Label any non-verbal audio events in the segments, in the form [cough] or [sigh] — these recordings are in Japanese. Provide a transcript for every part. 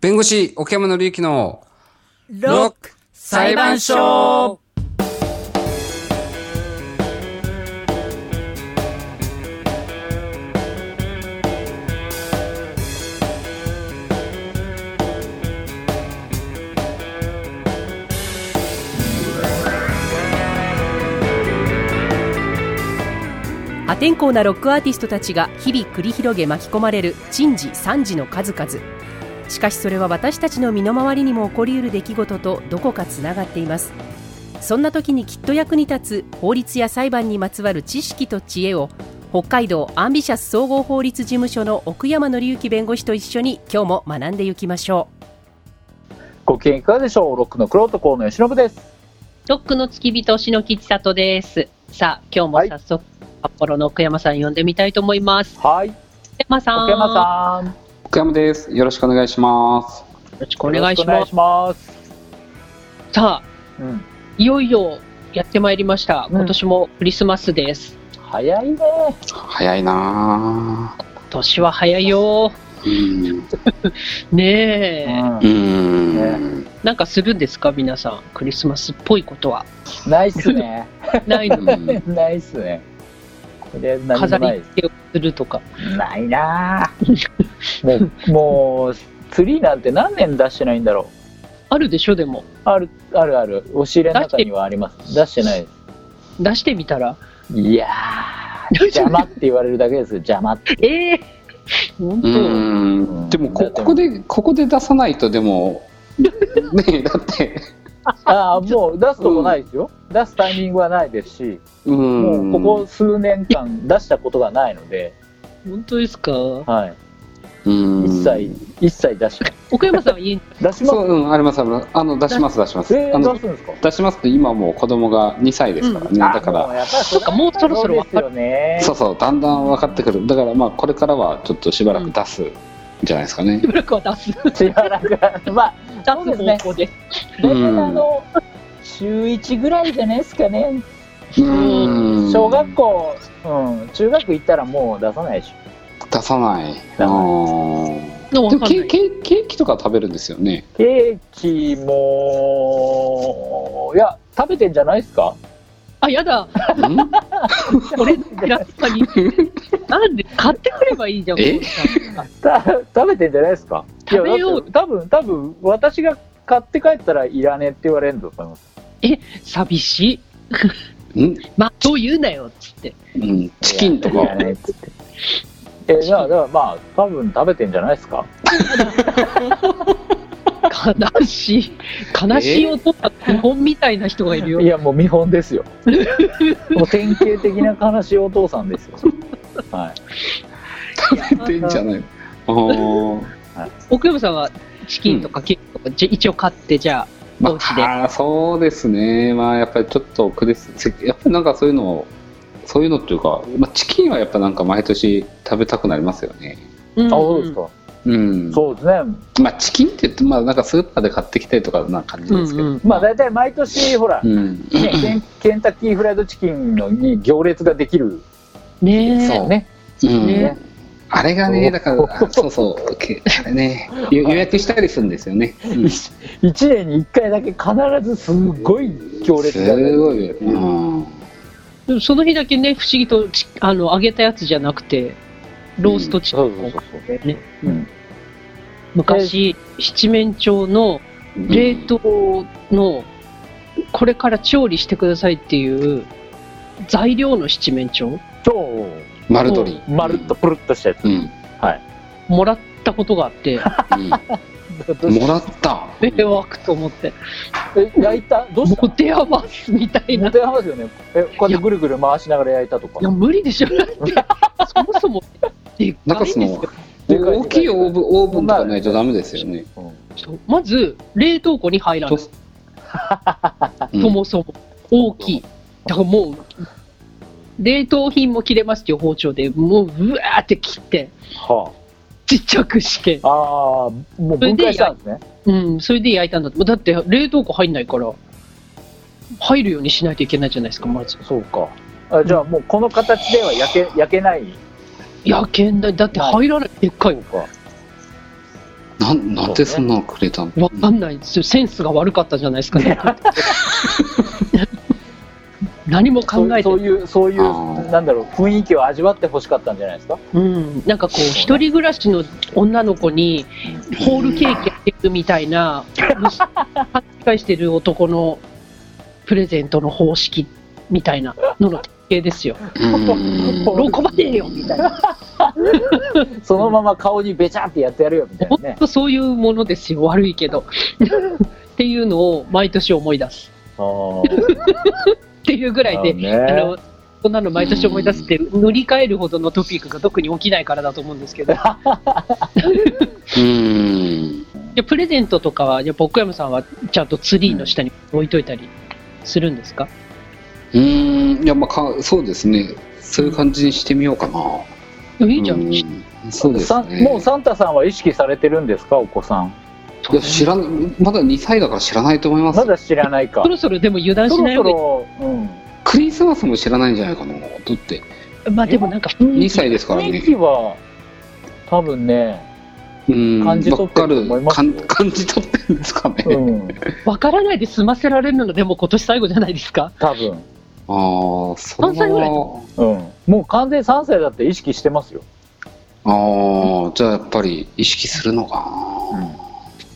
弁護士、奥山のりゆきの、ロック裁判所破天荒なロックアーティストたちが日々繰り広げ巻き込まれる珍事惨事の数々しかしそれは私たちの身の回りにも起こりうる出来事とどこかつながっていますそんな時にきっと役に立つ法律や裁判にまつわる知識と知恵を北海道アンビシャス総合法律事務所の奥山紀之弁護士と一緒に今日も学んでいきましょご機嫌いかがでしょうロックの黒と河野由伸です。ロックの付き人、篠木千里です。さあ、今日も早速、札幌の奥山さん呼んでみたいと思います。はい。奥山さん。奥山さん。よ奥山です。よろしくお願いします。ん。よろしくお願いしろまくす。お願いします。さあ、うん。いよいよやってまいりました。うん今年もクリスマスです。早いね。早いなぁ。今年は早いよ。うん。ねえ、う。うんなんかするんですか、皆さん。クリスマスっぽいことは。ん。ないっすね。ないの [laughs] ないっすね。とりあえず何も飾なりいで付けをするとか。す。ないなぁ。もう、もう、ツリーなんて何年出してないんだろあるでしょ、でも。う。ある、あるある。押し入れの中にはあります。出してないで出してみたら。す。いやー。邪魔って言われるだけですよ。邪魔って。 [laughs] ええ本当、うん。でもこ、ここで、ここで出さないと、でも、ねえ、だって、ああ、もう出すとこないですよ。出すタイミングはないですし。うもん。うここ数年間出したことがないので、本当ですか。はい、こ、うん、一切、一切出しま奥山さんは家に。出しそま、う、うん、あります、あります。あの、出します、出しますす。えあー、出の、すんですか出しますって、今もう子供が2歳ですからね。だかあもら、うやっぱりそっか、もうそろそろで分すかる。よね。そうそう、だんだん分かってくる。だから、まあ、これからは、ちょっとしばらく出すんじゃないですかね。ブラックは出す。しばらくは、まあ、出す方向で。どううんあの、中一ぐらいじゃないですかね。うん。小学校、うん、中学行ったらもう出さないでしょ。出さない。さうないんででもわもかんケないー。キケーキとか食べるんですよね。ケーキも、いや、食べてんじゃないですかあ、やだ。んこれ、やっぱり。なんで、買ってくればいいじゃん。えこうさた [laughs] 食べてんじゃないですかいや食べようだって多分多分私が買って帰ったらいらねえって言われるんだと思います寂しい。うん、まあ、そう言うなよ。つって。うん、チキンとい。からねえっつってえじゃあだからまあ多分食べてんじゃないですか悲しい。悲しい音だ。日本みたいな人がいるよい。やもう見本で [laughs] すよもう典型的な悲しいお父さんですよはい食べてんじゃない。あー奥山さんは。チキンとかケーキとか、じゃ、一応買って、じゃあ。まお家でああー、そうですね。まあやっぱりちょっとクリスやっぱりなんかそういうのをそういうのっていうか、まあチキンはやっぱなんか毎年食べたくなりますよね。うんあそうですか、うん。そうですねまあチキンって言ってまあなんかスーパーで買ってきたりとかな感じうんですけど。うんまあ大体毎年ほら、うん。ねケンケンタッキーフライドチキンのに行列ができるねえ。そうねうんねあれがね、だから、あそうそう、けあれね、予予約したりするんですよね。うん1年に1回だけ必ずすごい行列ができするごいよ。うんでもその日だけね、不思議とちあの揚げたやつじゃなくて、ローストチキンそをうそうそうそうねうん昔、七面鳥の冷凍の、これから調理してくださいっていう材料の七面鳥、超丸鶏まるっとプルっとしたやつ、うん、もらったことがあ [laughs] って、うん [laughs] もらったえー、湧くと思って、え焼いたどうした持て余すみたいな。持いて余すよねえこうやってぐるぐる回しながら焼いたとかや、無理でしょ、だ [laughs] って、そもそも、でっなんかかいそんですのよ。でかい大きいオーブンオーブンとかないとダメですよね。うんそうまず、冷凍庫に入らないと。 [laughs] うんそもそも大きい。だからもう、冷凍品も切れますっていう包丁で、もう、うわーって切って、はちっちゃくして、ああーもう分解したんですねうん、それで焼いたんだって。だって、冷凍庫入んないから、入るようにしないといけないじゃないですか、まず。そうかあじゃあもうこの形では焼け焼けない焼けんだ、だって入らない、でっかいそのう。かなんなんでそんなのくれたの、わかんないですよ。センスが悪かったじゃないですか [laughs] ね。何も考えてそうない。いうそういあーうなんだろう雰囲気を味わってほしかったんじゃないですかうん。なんかこう、一人暮らしの女の子に、ホールケーキあげるみたいな、はっかしてる男のプレゼントの方式みたいなのの典型ですよ。うん喜ばねえよみたいな。そのまま顔にべちゃってやってやるよみたいな本ね当そういうものですよ。悪いけど。 [laughs] っていうのを毎年思い出す。あーっていうぐらいで、あなるほどねのそんなの毎年思い出すって塗り替えるほどのトピックが特に起きないからだと思うんですけどいうんやプレゼントとかはじゃあ奥山さんはちゃんとツリーの下に置いといたりするんですか、うんいやまあかそうですねそういう感じにしてみようかな、いいじゃん、ういそうですさんねもうサンタさんは意識されてるんですかお子さんいや知らんまだ2歳だから知らないと思いますまだ知らないかそろそろでも油断そしないろそ方がいいろ、うん、クリスマスも知らないんじゃないかなだってまあでもなんか2歳ですから雰囲ね気は多分ね、うん感じ取ってると思いますよわかるかん感 [laughs] じ取ってるんですかね、 [laughs] うん、わからないで済ませられるのでも今年最後じゃないですか多分、ああそ三歳ぐらいのうん、もう完全3歳だって意識してますよ、ああじゃあやっぱり意識するのかな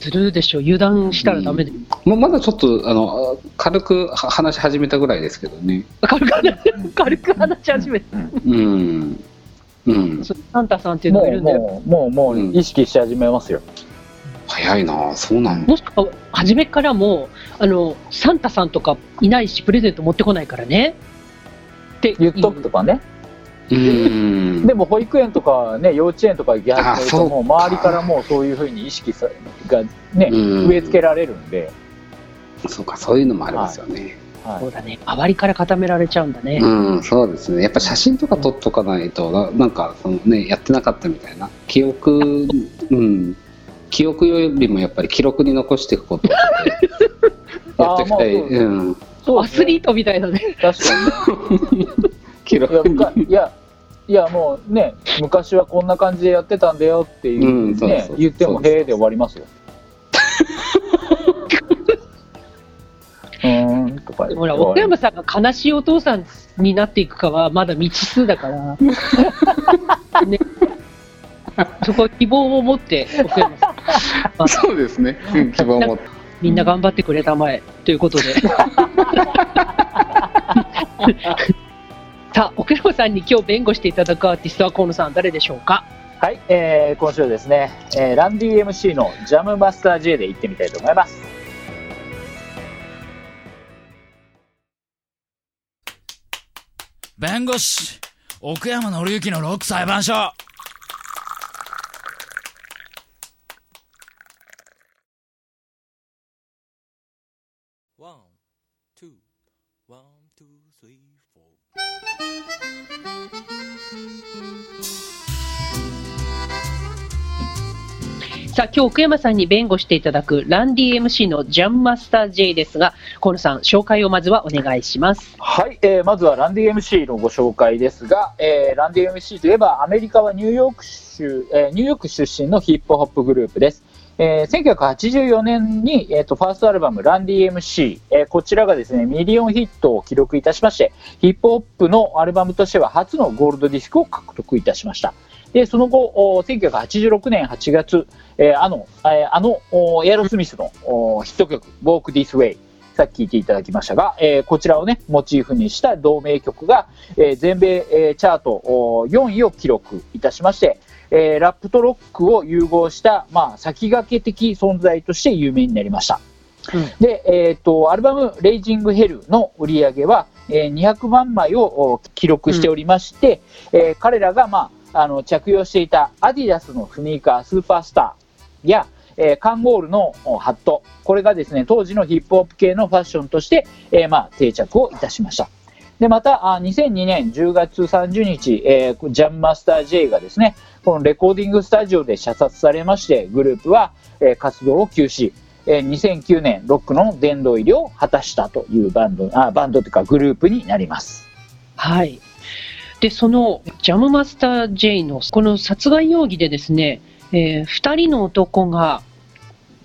するでしょ油断したらダメで、ままだちょっとあのあ軽くは話し始めたぐらいですけどね軽く話軽く話し始めて、うんうんそうサンタさんっていうのもがいうるんだよもうもうもううん意識し始めますよ、早いなそうなんだもしくは初めからもうあのサンタさんとかいないしプレゼント持ってこないからねって言っとくとかね、うんでも保育園とか、ね、幼稚園とか行き始めるあそとうかもう周りからもうそういうふうに意識さが、ねうん植え付けられるんで、そうかそういうのもありますよね、はいそうだね周りから固められちゃうんだね、うんそうですねやっぱ写真とか撮っとかないとななんかそのねやってなかったみたいな記憶うん記憶よりもやっぱり記録に残していく [laughs] ことをやっていきたい、あーまあそうですねうんそうアでスすねリートみたいなね確かにね記いや録むにかいやいやもうね昔はこんな感じでやってたんだよっていう、うんそうそうねそう言っても「へえ」で終わりますよ。うーんとか言ってほら終わ奥り山さんが悲しいお父さんになっていくかはまだ未知数 [laughs] だから、ね、そこは希望を持って奥山さんそうですね、うん、希望を持ってみんな頑張ってくれたまえという [laughs] ことでさあ奥山さんに今日弁護していただくアーティストは河野さん誰でしょうかはい、えー今週ですね、えーランディ MC の「ジャムマスター J」で行ってみたいと思います。弁護士、奥山紀之のロック裁判所。 One, two, one, two, three, four. さあ今日奥山さんに弁護していただくランディ MC のジャンマスター J ですが河野さん紹介をまずはお願いしますはい、えーまずはランディ MC のご紹介ですが、えーランディ MC といえばアメリカはニューヨーク州、えーニューヨーク出身のヒップホップグループです。えー1984年に、えーとファーストアルバムランディ MC、えーこちらがですねミリオンヒットを記録いたしまして、ヒップホップのアルバムとしては初のゴールドディスクを獲得いたしました。でその後、お1986年8月、えーあの、えーあの、おエアロスミスのおヒット曲、Walk This Way、さっき聞いていただきましたが、えーこちらをね、モチーフにした同名曲が、えー全米、えーチャートおー4位を記録いたしまして、えーラップとロックを融合した、まあ、先駆け的存在として有名になりました。うんで、えっ、と、アルバム、レイジングヘルの売り上げは、えー200万枚をお記録しておりまして、えー彼らが、まあ、あの、着用していたアディダスのスニーカー、スーパースターや、えーカンゴールのおハット、これがですね、当時のヒップホップ系のファッションとして、えーまあ、定着をいたしました。で、また、あ2002年10月30日、えージャンマスター J がですね、このレコーディングスタジオで射殺されまして、グループは、えー活動を休止。えー2009年、ロックの殿堂入りを果たしたというバンド、あバンドというかグループになります。はいでそのジャムマスター J のこの殺害容疑でですねえー、2人の男が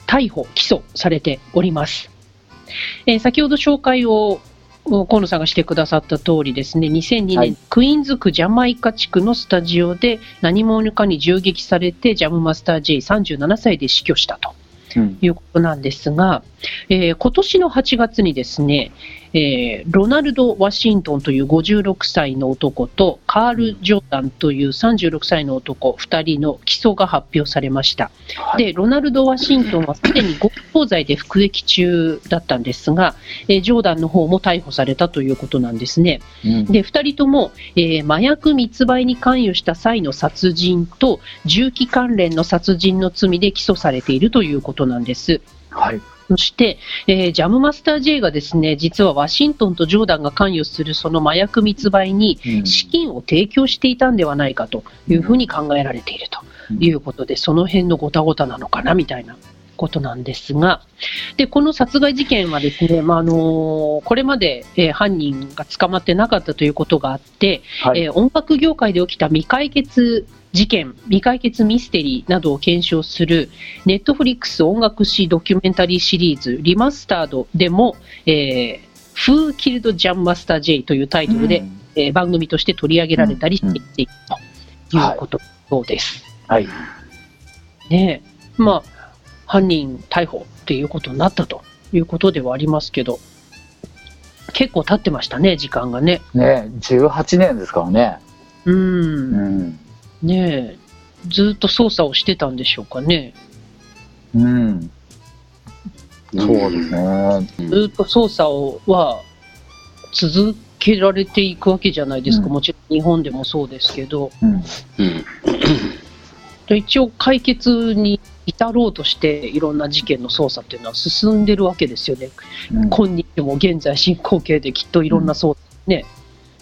逮捕・起訴されております。えー先ほど紹介をうん河野さんがしてくださった通りですね、2002年、はいクイーンズ区ジャマイカ地区のスタジオで何者かに銃撃されて、ジャムマスター J37 歳で死去したと。うんということなんですが、えー今年の8月にですね、えーロナルド・ワシントンという56歳の男と、カール・ジョーダンという36歳の男、2人の起訴が発表されました。はいで、ロナルド・ワシントンはすでに強盗罪で服役中だったんですが、えージョーダンの方も逮捕されたということなんですね。うんで、2人とも、えー麻薬密売に関与した際の殺人と、銃器関連の殺人の罪で起訴されているということなんです。はいそして、えージャムマスター J がですね、実はワシントンとジョーダンが関与するその麻薬密売にうん資金を提供していたんではないかというふうに考えられているということで、その辺のごたごたなのかなみたいなことなんですが、でこの殺害事件はですね、まああのこれまで、えー犯人が捕まってなかったということがあって、はいえー音楽業界で起きた未解決事件、未解決ミステリーなどを検証する、ネットフリックス音楽史ドキュメンタリーシリーズ、リマスタードでも、えー Who Killed Jam Master J というタイトルで、うんえー番組として取り上げられたりしているとうんいうことだそうです。はいねえまあ、犯人逮捕っていうことになったということではありますけど、結構経ってましたね、時間がね。ね18年ですからねうんうんねえ、ずーっと捜査をしてたんでしょうかね。うんそうですねずーっと捜査をは続けられていくわけじゃないですか、うんもちろん日本でもそうですけど、うんうん一応解決に至ろうとして、いろんな事件の捜査っていうのは進んでるわけですよね。うん今日も現在進行形できっといろんな捜うん査、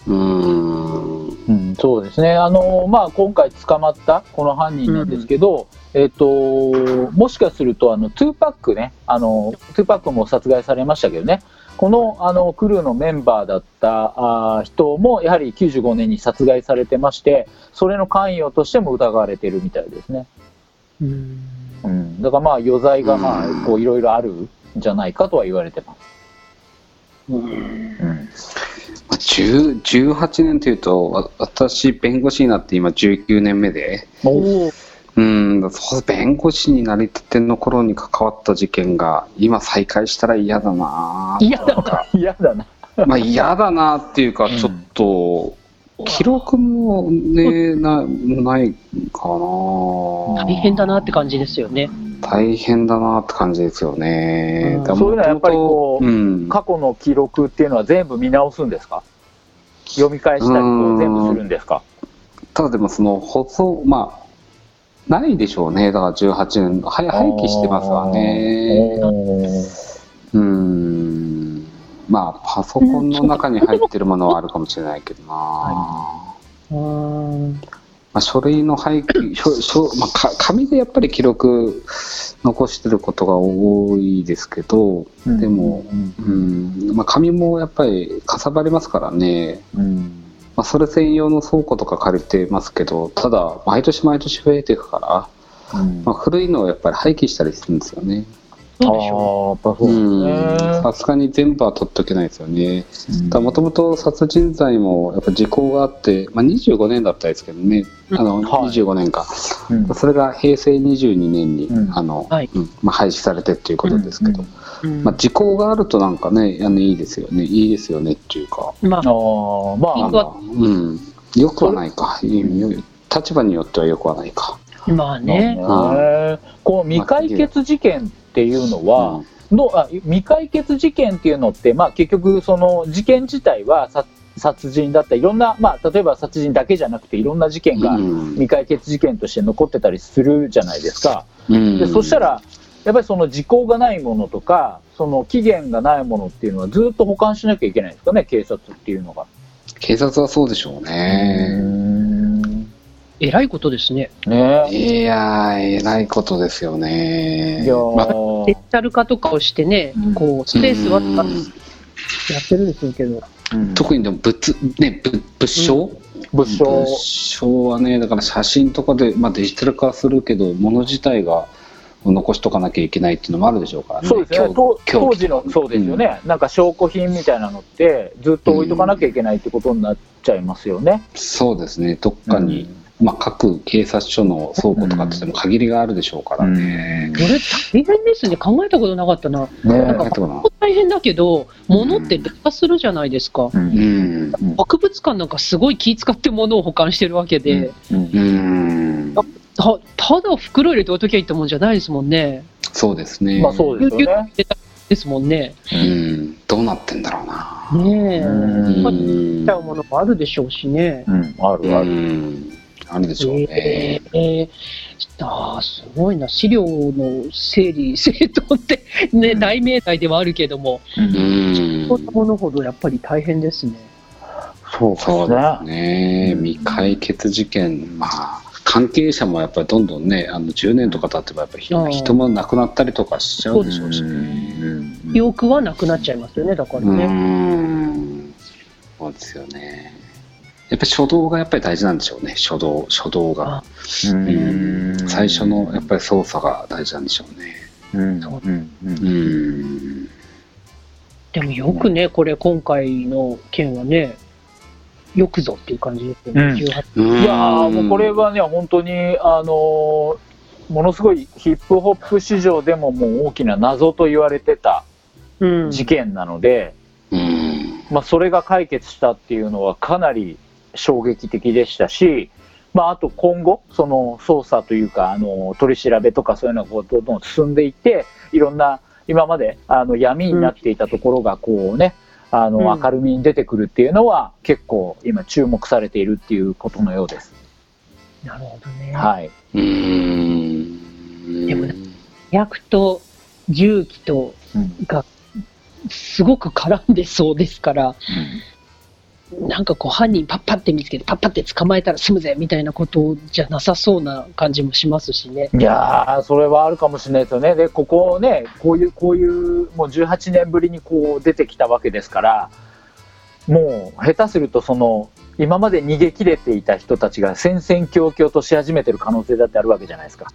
うんうん、そうですね、あのまあ、今回捕まったこの犯人なんですけど、えっともしかするとあの2パックねあの、2パックも殺害されましたけどね、このあのクルーのメンバーだったあー人も、やはり95年に殺害されてまして、それの関与としても疑われてるみたいですね。うん、だからまあ余罪がまうんあこういろいろあるんじゃないかとは言われてます。うんまあ10 18年というとわ私弁護士になって今19年目でおーうんそう弁護士になりたての頃に関わった事件が今再開したら嫌だな嫌だなんか嫌だな。 [laughs] まあ嫌だなっていうかうんちょっと、記録もねなないかな大変だなって感じですよね。大変だなって感じですよね、うんだからそういうのはやっぱりこううん過去の記録っていうのは全部見直すんですか読み返したりこう全部するんですかただでもその放送まあないでしょうねだから18年はや廃棄してますわねねうんまあパソコンの中に入ってるものはあるかもしれないけどな、うんまあ、書類の廃棄書書、まあ、か紙でやっぱり記録残してることが多いですけどでも、うんまあ、紙もやっぱりかさばりますからねうんまあ、それ専用の倉庫とか借りてますけどただ毎年毎年増えていくから、うんまあ、古いのをやっぱり廃棄したりするんですよねそうでしょあーやっぱそううですんねさすがに全部は取っとけないですよねうんもともと殺人罪もやっぱ時効があって、まあ、25年だったですけどねあの、うんはい25年かうんそれが平成22年に、うんあのはいうんまあ、廃止されてっていうことですけど、うんう。うんまあ、時効があるとなんかねあのいいですよねいいですよねっていうかまああーまああの、うん、よくはないかいいよ立場によってはよくはないか。まあね、まあねこの未解決事件っていうのは、のあ未解決事件っていうのって、まあ、結局その事件自体は殺殺人だったりいろんな、まあ、例えば殺人だけじゃなくていろんな事件がうん未解決事件として残ってたりするじゃないですか。うんでそしたらやっぱりその時効がないものとかその期限がないものっていうのはずっと保管しなきゃいけないんですかね警察っていうのが。警察はそうでしょうね。えらいことですね。ねいやー、えらいことですよえ。ね。いやーまあデジタル化とかをしてね、こうスペースはうんやってるんですけど、うん特にでも物、ね、ぶ物証、物証物証はねだから写真とかで、まあ、デジタル化するけど物自体が残しとかなきゃいけないっていうのもあるでしょうからねそうですね今当日今当日時のそうですよね、なんか証拠品みたいなのってずっと置いとかなきゃいけないってことになっちゃいますよね。そうですねどっかに、まあ、各警察署の倉庫とかって言っても限りがあるでしょうからね、これ大変ですね、考えたことなかったな、うんねねなんかな大変だけど、物って劣化するじゃないですか、ううんん博物館なんかすごい気使って物を保管してるわけで、うんうんたただ袋入れて置いときゃいいってもんじゃないですもんね、そうですね、まあそうですよね。ですもんね。うん、どうなってんだろうなねえ、うんまあちっちゃうものもあるでしょうしね。うん、あるあうる。んあるでしょうえね、ーえーあーすごいな、資料の整理、 [laughs] 整頓って、ね、うん大命題ではあるけども、うんそんなものほどやっぱり大変ですね。そうですそうですね。ね、未解決事件、まあ、関係者もやっぱりどんどんね、あの10年とか経ってば、やっぱりひうん人も亡くなったりとかしちゃうでしょうしうね。ん記憶はなくなっちゃいますよね、だからうね。ん、そうですよね。やっぱり初動がやっぱり大事なんでしょうね、初動、初動が。うん最初のやっぱり操作が大事なんでしょうね。うんそうううんん、でもよくね、これ、今回の件はね、よくぞっていう感じですよね、うん18いやーもうこれはね本当にあのーものすごいヒップホップ市場でももう大きな謎と言われてたうん事件なので、うん、まあ、それが解決したっていうのはかなり衝撃的でしたし、まあ、あと今後その捜査というかあの取り調べとかそういうのがこうどんどん進んでいっていろんな今まであの闇になっていたところがこうね、あのうん明るみに出てくるっていうのは結構今注目されているっていうことのようです。なるほどね。はい、うん。でもね薬と銃器とうんがすごく絡んでそうですから、なんかこう犯人パッパって見つけてパッパって捕まえたら済むぜみたいなことじゃなさそうな感じもしますしね。いやーそれはあるかもしれないですよね。でここをねこういうこういうもう18年ぶりにこう出てきたわけですからもう下手するとその今まで逃げ切れていた人たちが戦々恐々とし始めてる可能性だってあるわけじゃないですか。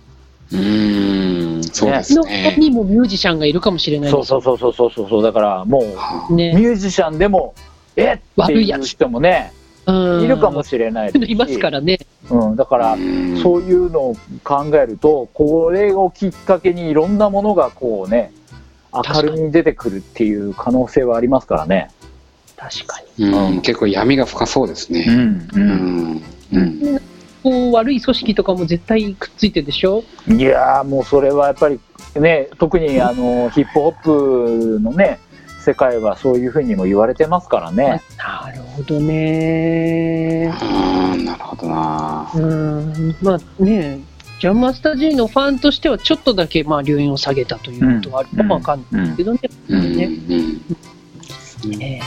うん、そうですのね。にもミュージシャンがいるかもしれないそでうすそうそうそうそうそうだからもうミね。ュージシャンでもえっって悪いいやうつ人もねうんいるかもしれないですしいますからね。うん、だからうんそういうのを考えるとこれをきっかけにいろんなものがこうね明るみに出てくるっていう可能性はありますからね。確かに。うん、結構闇が深そうですね。んう、うん、うん、こう悪い組織とかも絶対くっついてるでしょ。いやーもうそれはやっぱりね特にあのヒップホップのね世界はそういうふうにも言われてますからね。なるほどね。うんなるほどな。うんまあねジャンマスタジーのファンとしてはちょっとだけまあ留飲を下げたということはあるかもわかんないうんけどね。うん、うねん、え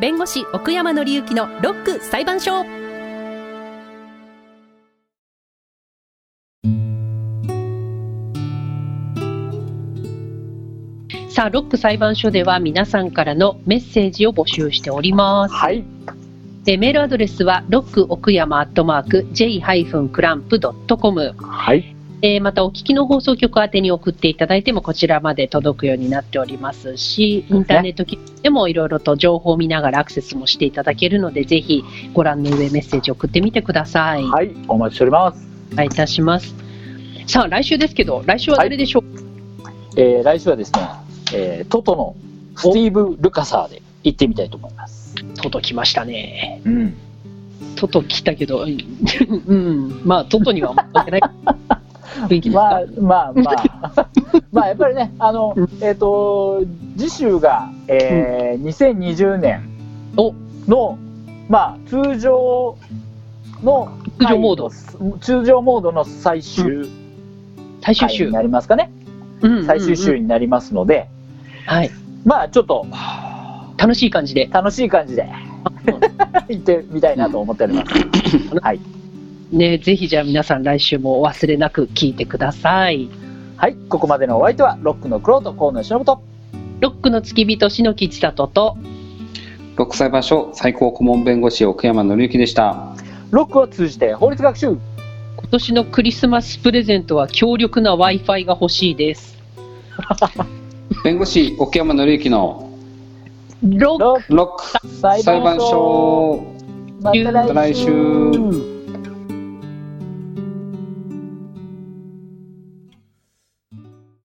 弁護士奥山紀之のロック裁判所えさあロック裁判所では皆さんからのメッセージを募集しております。はい、でメールアドレスはロック奥山アットマーク J ハイフンクランプドットコム。はい、えーまたお聞きの放送局宛てに送っていただいてもこちらまで届くようになっておりますしインターネット記事でもいろいろと情報を見ながらアクセスもしていただけるのでぜひご覧の上メッセージを送ってみてください、はい、お待ちしております。お願いいたしますさあ来週ですけど来週は誰でしょう、えー来週はですね、えートトのスティーブ・ルカサーで行ってみたいと思います。届きましたねうん、届きたけどうん [laughs] まあ外には持ってない [laughs] 雰囲気ですかまあまあま [laughs] あまあやっぱりねあのうんえっ、と次週が、えー2020年おのまあ通常の通常モード回の通常モードの最終最終回週に、なりますかね、うんうんうん最終週になりますので、はいまあちょっと楽しい感じで楽しい感じで行ってみたいなと思っております。はい、ね、ぜひじゃあ皆さん来週もお忘れなく聞いてください。はい、ここまでのお相手は、ロックのクローと河野忍と、ロックの付き人、篠木千里と、ロック裁判所最高顧問弁護士奥山紀之でしたロックを通じて法律学習今年のクリスマスプレゼントは強力な Wi-Fi が欲しいです。弁護士奥山紀之のロックロッロックク裁裁判判所所ままたた来週来週